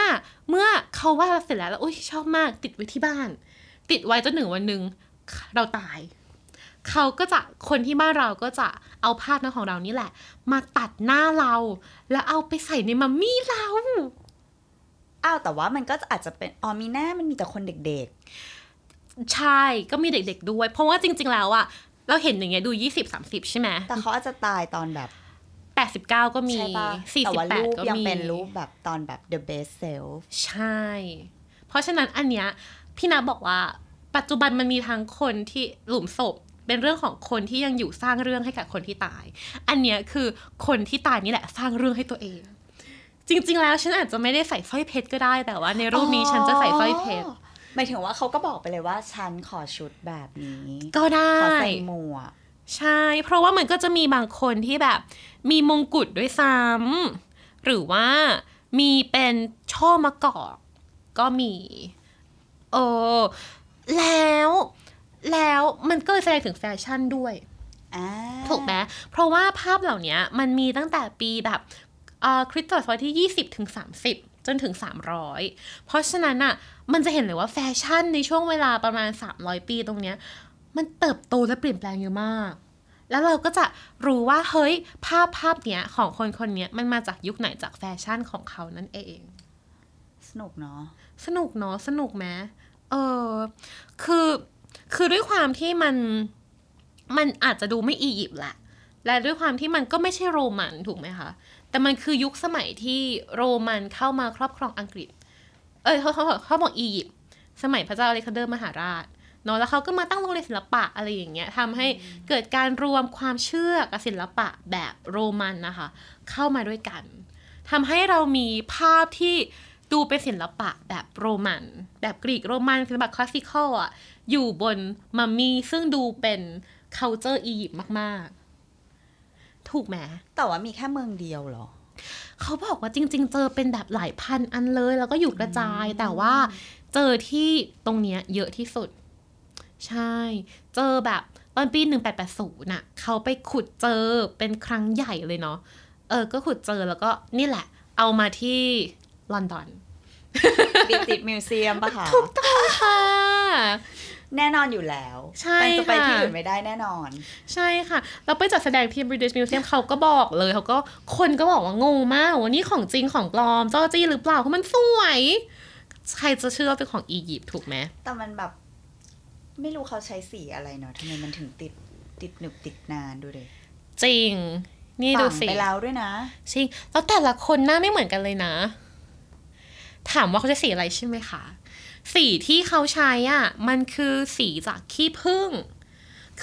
เมื่อเขาว่าเราเสร็จแล้วแล้วโอ้ยชอบมาก ติดไว้ที่บ้าน ติดไว้จนถึงวันหนึ่งเราตาย เขาก็จะคนที่บ้านเราก็จะเอาภาพนั้นของเรานี่แหละ มาตัดหน้าเรา แล้วเอาไปใส่ในมัมมี่เรา
อ้าวแต่ว่ามันก็อาจจะเป็นอ๋อมีหน้ามันมีแต่คนเด็ก
ใช่ก็มีเด็กๆด้วย เพราะว่าจริง ๆ แล้วอะเราเห็นอย่างเงี้ยดู 20-30 ใช่ไหม
ๆ แต่เขาอาจจะตายตอนแบบ
89 ก็มี
ใช่ปะแต่ว่ารูป
48 ก็
ยัง
มี
เป็นรูปแบบตอนแบบ the best self
ใช่ เพราะฉะนั้นอันเนี้ยพี่นาบอกว่าปัจจุบันมันมีทั้งคนที่หลุมศพ เป็นเรื่องของคนที่ยังอยู่สร้างเรื่องให้กับคนที่ตาย อันเนี้ยคือคนที่ตายนี่แหละสร้างเรื่องให้ตัวเอง จริง ๆ แล้วฉันอาจจะไม่ได้ใส่สร้อยเพชรก็ได้แต่ว่า ในรูปนี้ฉันจะใส่สร้อยเพชร
หมายถึงว่าเขาก็บอกไปเลยว่าฉันขอชุดแบบนี้
ก็ได้
ขอใส่หมวก
ใช่ เพราะว่ามันก็จะมีบางคนที่แบบมีมงกุฎด้วยซ้ำหรือว่ามีเป็นช่อมะกอกก็มีเออแล้วแล้วมันก็เลยแสดงถึงแฟชั่นด้วย
อ่า
ถูกไหมเพราะว่าภาพเหล่านี้มันมีตั้งแต่ปีแบบเอ่อคริสตศตวรรษที่ 20 ถึง 30 จนถึง 300 เพราะฉะนั้นอ่ะมันจะเห็นเลยว่าแฟชั่นในช่วงเวลาประมาณ 300 ปีตรงเนี้ยมันเติบโตและเปลี่ยนแปลงเยอะมาก แล้วเราก็จะรู้ว่าเฮ้ยภาพภาพเนี้ยของคนคนเนี้ยมันมาจากยุคไหนจากแฟชั่นของเขานั่นเอง
สนุกเนาะ
สนุกเนาะสนุกไหมเออคือคือด้วยความที่มันมันอาจจะดูไม่อียิปต์แหละ และด้วยความที่มันก็ไม่ใช่โรมันถูกไหมคะ แต่มันคือยุคสมัยที่โรมันเข้ามาครอบครองอังกฤษ เอยเขาเขาเขาบอกอียิปต์สมัยพระเจ้าอเล็กซานเดอร์มหาราชเนาะแล้วเขาก็มาตั้งโรงเรียนศิลปะอะไรอย่างเงี้ยทำให้เกิดการรวมความเชื่อกับศิลปะแบบโรมันนะคะ เข้ามาด้วยกัน ทำให้เรามีภาพที่ดูเป็นศิลปะแบบโรมัน แบบกรีกโรมันศิลปะคลาสสิคอลอะอยู่บนมัมมี่ซึ่งดูเป็น culture อียิปต์มาก ๆ ถูกไหม
แต่ว่ามีแค่เมืองเดียว เหรอ
เขาบอกว่าจริง ๆ เจอเป็นแบบหลายพันอันเลย แล้วก็อยู่กระจาย แต่ว่าเจอที่ตรงเนี้ยเยอะที่สุด ใช่ เจอแบบตอนปี 1880น่ะ เขาไปขุดเจอเป็นครั้งใหญ่เลยเนาะเออ ก็ขุดเจอแล้วก็นี่แหละ เอามาที่ลอนด อน
บีติดมิวเซียมปะคะ
ค่ะ
แน่นอนอยู่แล้ว
ใช่
มันจะไป
ค่ะ
ที่อื่นไม่ได้แน่นอน
ใช่ค่ะเราไปจัดแสดงที่ British Museum เขาก็บอกเลยเขาก็คนก็บอกว่างงมากว่านี่ของจริงของปลอมจ้อจี้หรือเปล่าเพราะมันสวยใครจะเชื่อว่าเป็นของอียิปต์ถูกไหม
แต่มันแบบ ไม่รู้เขาใช้สีอะไรเนาะทำไมมันถึงติดติดหนึบติดนานดูดิ
จริง นี่ดู
ฝัง
สิ
ไปแล้วด้วยนะ
จริงแล้วแต่ละคนหน้าไม่เหมือนกันเลยนะ ถามว่าเขาจะสีอะไรใช่ไหมคะ สีที่เขาใช้อ่ะ มันคือสีจากขี้ผึ้ง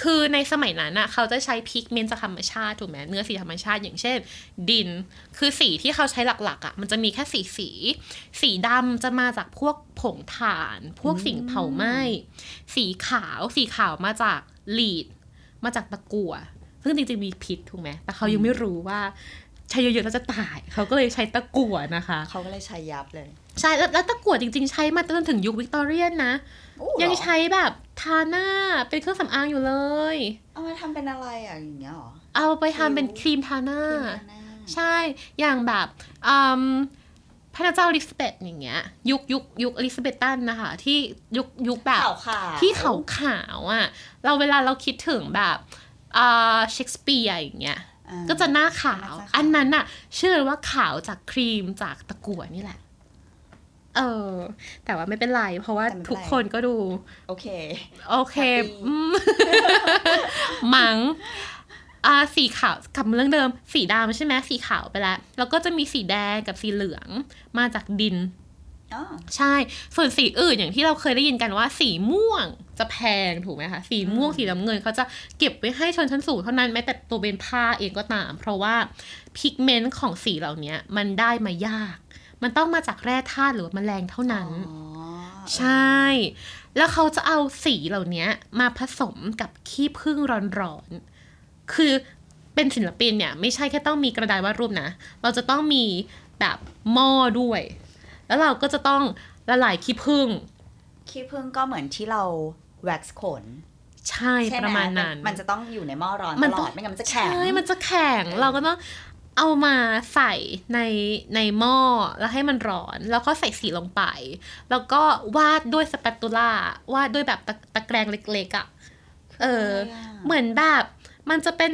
คือในสมัยนั้นอ่ะ เขาจะใช้พิกเมนต์จากธรรมชาติถูกไหมเนื้อสีธรรมชาติอย่างเช่น ดิน คือสีที่เขาใช้หลักๆอ่ะ มันจะมีแค่สีสี สีดำจะมาจากพวกผงถ่าน พวกสิ่งเผาไหม้ สีขาว สีขาวมาจากลีด มาจากตะกั่ว ซึ่งจริงๆมีพิษถูกไหม แต่เขายังไม่รู้ว่าใช้เยอะๆแล้วจะตาย เขาก็เลยใช้ตะกั่วนะคะ
เขาก็เลยใช้ยับเลย
ใช่แล้วแล้วตะกั่วจริงๆ ใช้มาจนถึงยุควิกตอเรียนนะ
อู้เหรอ
ยังใช้แบบทาหน้าเป็นเครื่องสำอางอยู่เลย
เอามาทำเป็นอะไรอ่ะอย่างเงี้ยเหรอ
เอาไปทำเป็นครีมทาหน้า
พิมพ์หน้า
ใช่อย่างแบบอืมพระเจ้าอลิซาเบธอย่างเงี้ย ยุคยุคยุคอลิซาเบธันนะคะ ที่ยุคยุคแบบ
ขาวขาว
ที่ขาวขาวๆอ่ะ เราเวลาเราคิดถึงแบบอ่าเชคสเปียร์อย่างเงี้ย
อ่
ก็จะหน้าขาว
จะ
อันนั้นน่ะ เชื่อเลยว่าขาวจากครีมจากตะกั่วนี่แหละ เออ แต่ว่าไม่เป็นไร เพราะว่า
แต่ไม่เป็นไร
ทุกคนก็ดู
โอเค
โอเค
Happy
อืม มังอ่าสีขาวกลับมาเรื่องเดิม สีดำใช่ไหมสีขาวไปแล้ว แล้วก็จะมีสีแดงกับสีเหลืองมาจากดิน
อ๋อ
ใช่ ส่วนสีอื่นอย่างที่เราเคยได้ยินกันว่า สีม่วงจะแพงถูกไหมคะ สีม่วงสีน้ำเงินเขาจะเก็บไว้ให้ชนชั้นสูงเท่านั้นแม้แต่ตัวเป็นผ้าเองก็ตาม เพราะว่าพิกเมนต์ของสีเหล่านี้มันได้มายาก มันต้องมาจากแร่ธาตุหรือว่าแมลงเท่านั้น
อ๋อ
ใช่ แล้วเขาจะเอาสีเหล่านี้มาผสมกับขี้ผึ้งร้อนๆ คือเป็นศิลปินเนี่ย ไม่ใช่แค่ต้องมีกระดาษวาดรูปนะ เราจะต้องมีแบบหม้อด้วย แล้วเราก็จะต้องละลายขี้ผึ้ง
ขี้ผึ้งก็เหมือนที่เราแว็กซ์ขน
ใช่
ใช่ไห
ประมาณนั้น
มันจะต้องอยู่ในหม้อร้อน
มั
ต
น
ล
ต้อ
อง ดไม่งั้นมันจะแข็ง
ใช่ มันจะแข็ง
เออ
เราก็ต้องเอามาใส่ในในหม้อแล้วให้มันร้อน แล้วก็ใส่สีลงไป แล้วก็วาดด้วยสปาตูล่า วาดด้วยแบบตะตะแกรงเล็กๆอะ่ะ เออ เหมือนแบบมันจะเป็น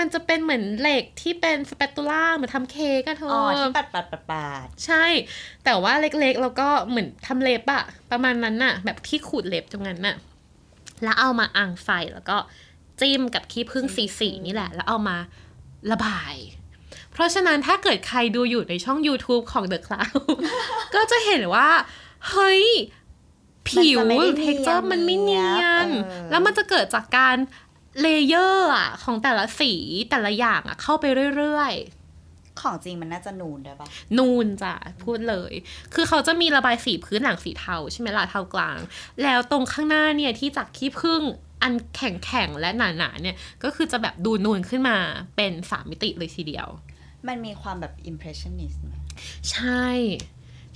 มันจะเป็นเหมือนเหล็กที่เป็นสเปตูล่าเหมือนทำเค้กอะเธอ
อ๋อ
อ
ที่ปัดปัดปัดปัด
ใช่ แต่ว่าเล็กๆ แล้วก็เหมือนทำเล็บอะประมาณนั้นน่ะ แบบที่ขูดเล็บตรงนั้นน่ะ แล้วเอามาอ่างไฟแล้วก็จิ้มกับขี้ผึ้งสีสีๆนี่แหละ แล้วเอามาระบาย เพราะฉะนั้นถ้าเกิดใครดูอยู่ในช่อง YouTube ของ The Cloud ก็จะเห็นว่า เฮ้ย ผิวเท็กเจอร์มันไม่เนียน แล้วมันจะเกิดจากการเลเยอร์อะของแต่ละสีแต่ละอย่างอะเข้าไปเรื่อย
ของจริงมันน่าจะนูนด้วยปะ
ๆ นูนจ้ะพูดเลย คือเขาจะมีระบายสีพื้นหลังสีเทาใช่ไหมล่ะเทากลาง แล้วตรงข้างหน้าเนี่ยที่จากขี้ผึ้งอันแข็งๆ และหนาๆ เนี่ย ก็คือจะแบบดูนูนขึ้นมาเป็นสามมิติเลยทีเดียว
มันมีความแบบ impressionist ไหม
ใช่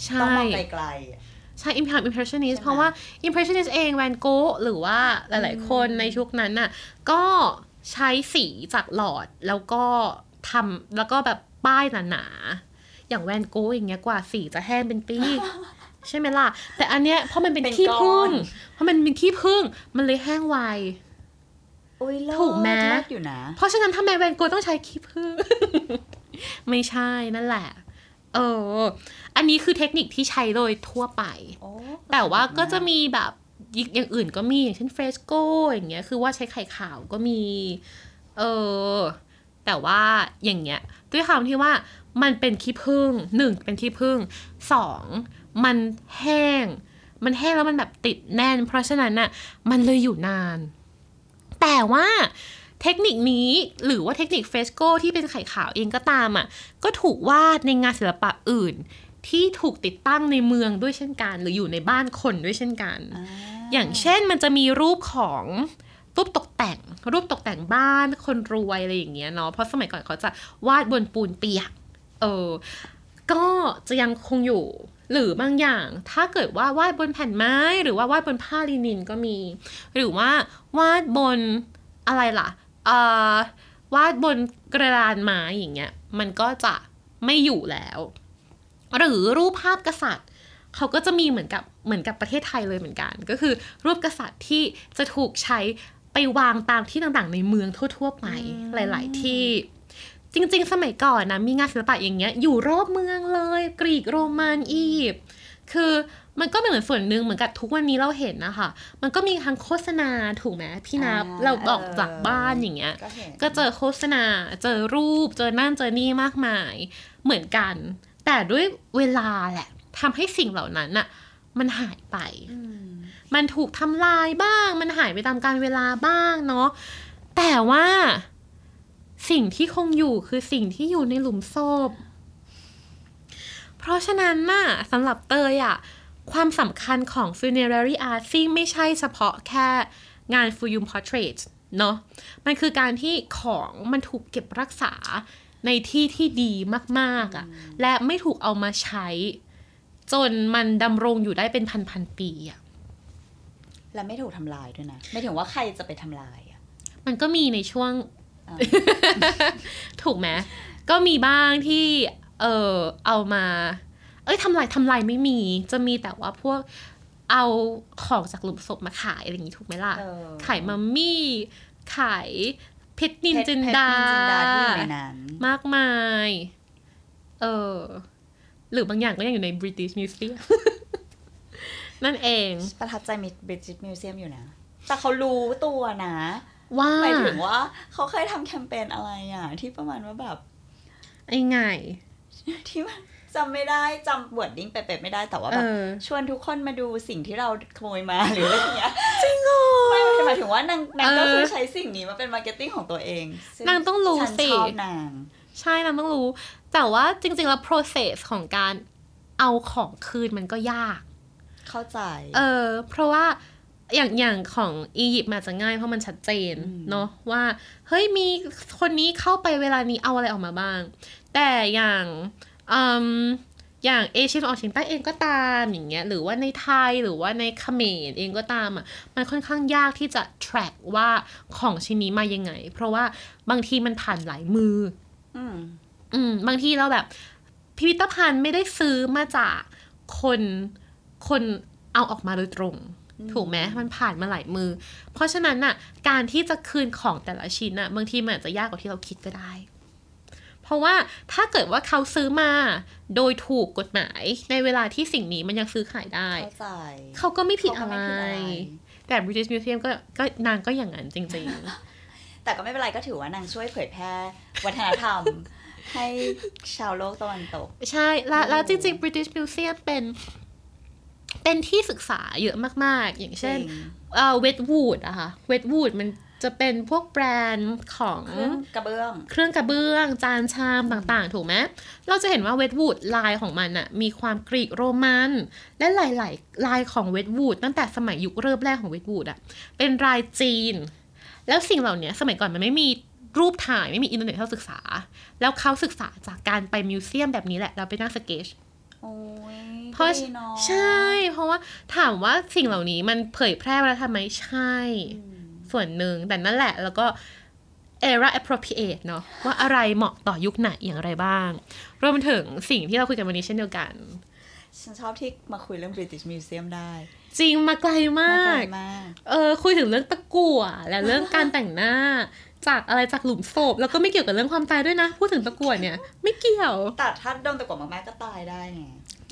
ใช่
ต้องมองไกลๆอะ
ใช่ Impact Impressionist
ใช่ไหม
เพราะว่า Impressionist เองแวนโกะหรือว่าหลายๆ คนในชุกนั้นน่ะ ก็ใช้สีจากหลอดแล้วก็ทำแล้วก็แบบป้ายหนาๆ อย่างแวนโกะอย่างเงี้ยกว่าสีจะแห้งเป็นปี ใช่ไหมล่ะ แต่อันเนี้ยเพราะมันเป็น
เป็น
ขี้
ก้อน
พึ่งเพราะมันเป็นขี้พึ่งมันเลยแห้งไว
อุ้ยเลิศ
ถูกไหม
เลิศอยู่นะ
เพราะฉะนั้นทำไมแวนโกะต้องใช้ขี้ผึ้ง ไม่ใช่นั่นแหละ เออ อันนี้คือเทคนิคที่ใช้โดยทั่วไป
โอ้
แต่ว่าก็จะมีแบบอย่างอื่นก็มีอย่างเช่นเฟรชโกอย่างเงี้ยคือว่าใช้ไข่ขาวก็มี เออ แต่ว่าอย่างเงี้ยด้วยความที่ว่ามันเป็นขี้ผึ้งหนึ่งเป็นขี้ผึ้งสองมันแห้ง มันแห้งแล้วมันแบบติดแน่น เพราะฉะนั้นน่ะมันเลยอยู่นาน แต่ว่าเทคนิคนี้หรือว่าเทคนิคเฟรชโกที่เป็นไข่ขาวเองก็ตามอ่ะก็ถูกวาดในงานศิลปะอื่น ที่ถูกติดตั้งในเมืองด้วยเช่นกัน หรืออยู่ในบ้านคนด้วยเช่นกัน
อ่า
อย่างเช่นมันจะมีรูปของรูปตกแต่ง รูปตกแต่งบ้านคนรวยอะไรอย่างเงี้ยเนาะเพราะสมัยก่อนเขาจะวาดบนปูนเปียกเออก็จะยังคงอยู่ หรือบางอย่าง ถ้าเกิดว่าวาดบนแผ่นไม้ หรือว่าวาดบนผ้าลินินก็มี หรือว่าวาดบนอะไรล่ะเอ่อวาดบนกระดานไม้อย่างเงี้ยมันก็จะไม่อยู่แล้ว หรือรูปภาพกษัตริย์ เขาก็จะมีเหมือนกับเหมือนกับประเทศไทยเลยเหมือนกัน ก็คือรูปกษัตริย์ที่จะถูกใช้ไปวางตามที่ต่างๆ ในเมืองทั่ว ๆ ไปหลาย ๆ ที่ จริง ๆ สมัยก่อนนะมีงานศิลปะอย่างเงี้ยอยู่รอบเมืองเลย กรีกโรมันอียิปต์คือมันก็เป็นเหมือนส่วนหนึ่งเหมือนกับทุกวันนี้เราเห็นนะคะมันก็มีทางโฆษณาถูกไหมพี่นับเราออกจากบ้านอย่างเงี้ย
ก็เห็น
ก็เจอโฆษณา เจอรูป เจอนั่น เจอนี่มากมาย เหมือนกัน แต่ด้วยเวลาแหละทำให้สิ่งเหล่านั้นน่ะ มันหายไป มันถูกทำลายบ้าง มันหายไปตามการเวลาบ้างเนาะ แต่ว่า สิ่งที่คงอยู่คือสิ่งที่อยู่ในหลุมศพ เพราะฉะนั้นน่ะสำหรับเตยอะความสำคัญของ funerary art ซึ่งไม่ใช่เฉพาะแค่งาน fuyum portrait เนาะ มันคือการที่ของมันถูกเก็บรักษาในที่ที่ดีมากๆอะและไม่ถูกเอามาใช้ จนมันดำรงอยู่ได้เป็นพันๆปีอะ
และไม่ถูกทำลายด้วยนะ ไม่ถึงว่าใครจะไปทำลายอะ
มันก็มีในช่วง
อ่า
ถูกไหมก็มีบ้างที่ เออเอามา เอ้ยทำลายทำลายไม่มี จะมีแต่ว่าพวกเอาของจากหลุมศพมาขายอะไรอย่างนี้ถูกไหมล่ะ
เออ
ขายมัมมี่ขายเพชรนินจินดา
เพชรนินจินดาที่อยู่ในนั้น
มากมาย เออ หรือบางอย่างก็ยังอยู่ใน British Museum นั่นเอง
ประทับใจมิบริจิตมิวเซียมอยู่นะ แต่เขารู้ตัวนะ
ว่า
หมายถึงว่าเขาเคยทำแคมเปญอะไรอ่ะ ที่ประมาณว่าแบบ
ยังไง
ที่มันจำไม่ได้จำบวดดิ้งเป๊ะๆไม่ได้แต่ว่า
เอ
แบบ
อ
ชวนทุกคนมาดูสิ่งที่เราขโมยมา หรืออะไรอย่างเงี้ยจริงเหรอไม่หมายถึงว่านางนางก็
เออ
คือใช้สิ่งนี้มาเป็นมาร์เก็ตติ้งของตัวเองซึ่
นางต้องรู้
ฉัน
สิ
ชอบนาง
ใช่นางต้องรู้ แต่ว่าจริงๆ แล้ว process ของการเอาของคืนมันก็ยาก
เข้าใจ
เออ เพราะว่าอย่างอย่างของอียิปต์มาจะง่ายเพราะมันชัดเจน
อืม
เนาะว่า เฮ้ยมีคนนี้เข้าไปเวลานี้เอาอะไรออกมาบ้าง แต่อย่างอืมอย่างเอเชียตะวันออกเฉียงใต้เองก็ตามอย่างเงี้ยหรือว่าในไทยหรือว่าในเขมรเองก็ตามอ่ะมันค่อนข้างยากที่จะ track ว่าของชิ้นนี้มายังไง เพราะว่าบางทีมันผ่านหลายมือ
อืม
อืมบางทีเราแบบพิพิธภัณฑ์ไม่ได้ซื้อมาจากคนคนเอาออกมาโดยตรง ถูกไหมมันผ่านมาหลายมือ เพราะฉะนั้นน่ะ การที่จะคืนของแต่ละชิ้นน่ะ บางทีมันอาจจะยากกว่าที่เราคิดก็ได้ เพราะว่าถ้าเกิดว่าเขาซื้อมาโดยถูกกฎหมาย ในเวลาที่สิ่งนี้มันยังซื้อขายได้
เข้าใจ
เขาก็ไม่ผิดอะไร
เขาก็ม่ผิดอะไร
แต่ British Museum ก็ก็นางก็อย่างนั้นจริง ๆ
แต่ก็ไม่เป็นไรก็ถือว่านางช่วยเผยแพร่วัฒนธรร ม ให้ชาวโลกตะวันตก
ใช่และและจ
อืม
ริงๆ British Museum เป็น เป็นที่ศึกษาเยอะมาก ๆ อย่างเช่น
จริง
เอ่อเวทวูดอะค่ะเวทวูดมันจะเป็นพวกแบรนด์ของ
เครื่องกระเบื้อง
เครื่องกระเบื้อง จานชามต่างๆ ถูกไหมเราจะเห็นว่าเวทวูดลายของมันอะมีความกรีกโรมัน และหลาย ๆ ลายของเวทวูดตั้งแต่สมัยยุคเริ่มแรกของเวทวูดอะเป็นลายจีน แล้วสิ่งเหล่าเนี้ยสมัยก่อนมันไม่มีรูปถ่ายไม่มีอินเทอร์เน็ตให้เราศึกษา แล้วเขาศึกษาจากการไปมิวเซียมแบบนี้แหละเราไปนั่งสเกจ
โอ้ย
เพราะ
ดีเนาะ
ใช่ เพราะว่าถามว่าสิ่งเหล่านี้มันเผยแพร่วัฒนธรรมไหมใช่
อืม
ส่วนหนึ่งแต่นั่นแหละแล้วก็ era appropriate เนาะว่าอะไรเหมาะต่อยุคไหนอย่างไรบ้าง รวมถึงสิ่งที่เราคุยกันวันนี้เช่นเดียวกัน
ฉันชอบที่มาคุยเรื่อง British Museum ได้
จริงมาไกล
น่า
มา
ส
ก
นมาก
เออคุยถึงเรื่องตะกั่วและเรื่องการแต่งหน้า จากอะไรจากหลุมศพแล้วก็ไม่เกี่ยวกับเรื่องความตายด้วยนะ พูดถึงตะกั่วเนี่ย ไม่เกี่ยว
แต่ถ้าโดนตะกวดมากๆก็ตายได้ไง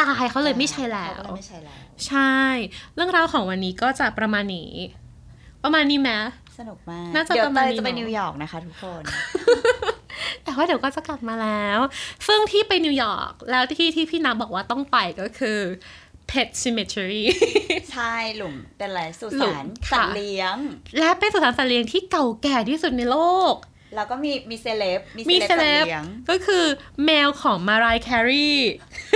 ตายเขาเลยไม่ใช่แล้ว
เขาก็เยไม่ใช่แล้ว
ใช่ เรื่องราวของวันนี้ก็จะประมาณนี้ ประมาณนี้ไหม
สนุกมาก
น่าจะ
เดี๋ยว
ประมาณ
เตย
นี้
จะไป
เนอะ
นิวยอร์กนะคะทุก คน
แต่ว่าเดี๋ยวก็จะกลับมาแล้ว ซึ่งที่ไปนิวยอร์กแล้วที่ที่พี่นับบอกว่าต้องไปก็คือ Pet Cemetery
ใช่หลุมเป็นอะไรสุ
หลุ
สาน
ม
สั
ค่ะ
ตว์เลี้ยง
และเป็นสถานสัตว์เลี้ยงที่เก่าแก่ที่สุดในโลก
แล้วก็มีมีเซเลบ
มี
มี
เซ
เซเลบ
เลบ
สัตว์เลี้ยง
ก็คือแมวของมารายแครี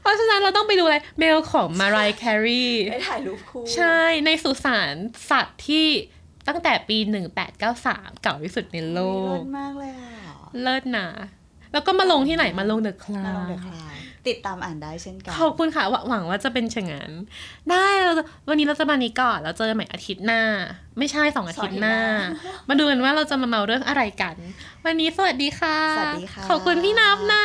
เพราะฉะนั้นเราต้องไปดูอะไรแมวของมารายแครี
ได้ถ่ายรูปคู่
ใช่ในสุสานสัตว์ที่ตั้งแต่ปี 1893 เก่าที่สุดในโล
โล
ก
ดมากเลยอ่ะ
เลิศนะแล้วก็มาลงที่ไหนมาลงเดอะคลา
มาลองเดอะคลายติดตามอ่านได้เช่นกัน
ขอบคุณค่ะหวหวังว่าจะเป็นเช่นนั้น ได้เราจะวันนี้เราจะมานี้ก่อน เราเจอกันใหม่อาทิตย์หน้า ไม่ใช่สองอาทิตย์หน้า
สองอาทิตย์
มาดูกันว่าเราจะมาเมาเรื่องอะไรกัน วันนี้สวัสดีค่ะ
สวัสดีค่ะ
ขอบคุณพี่นับนะ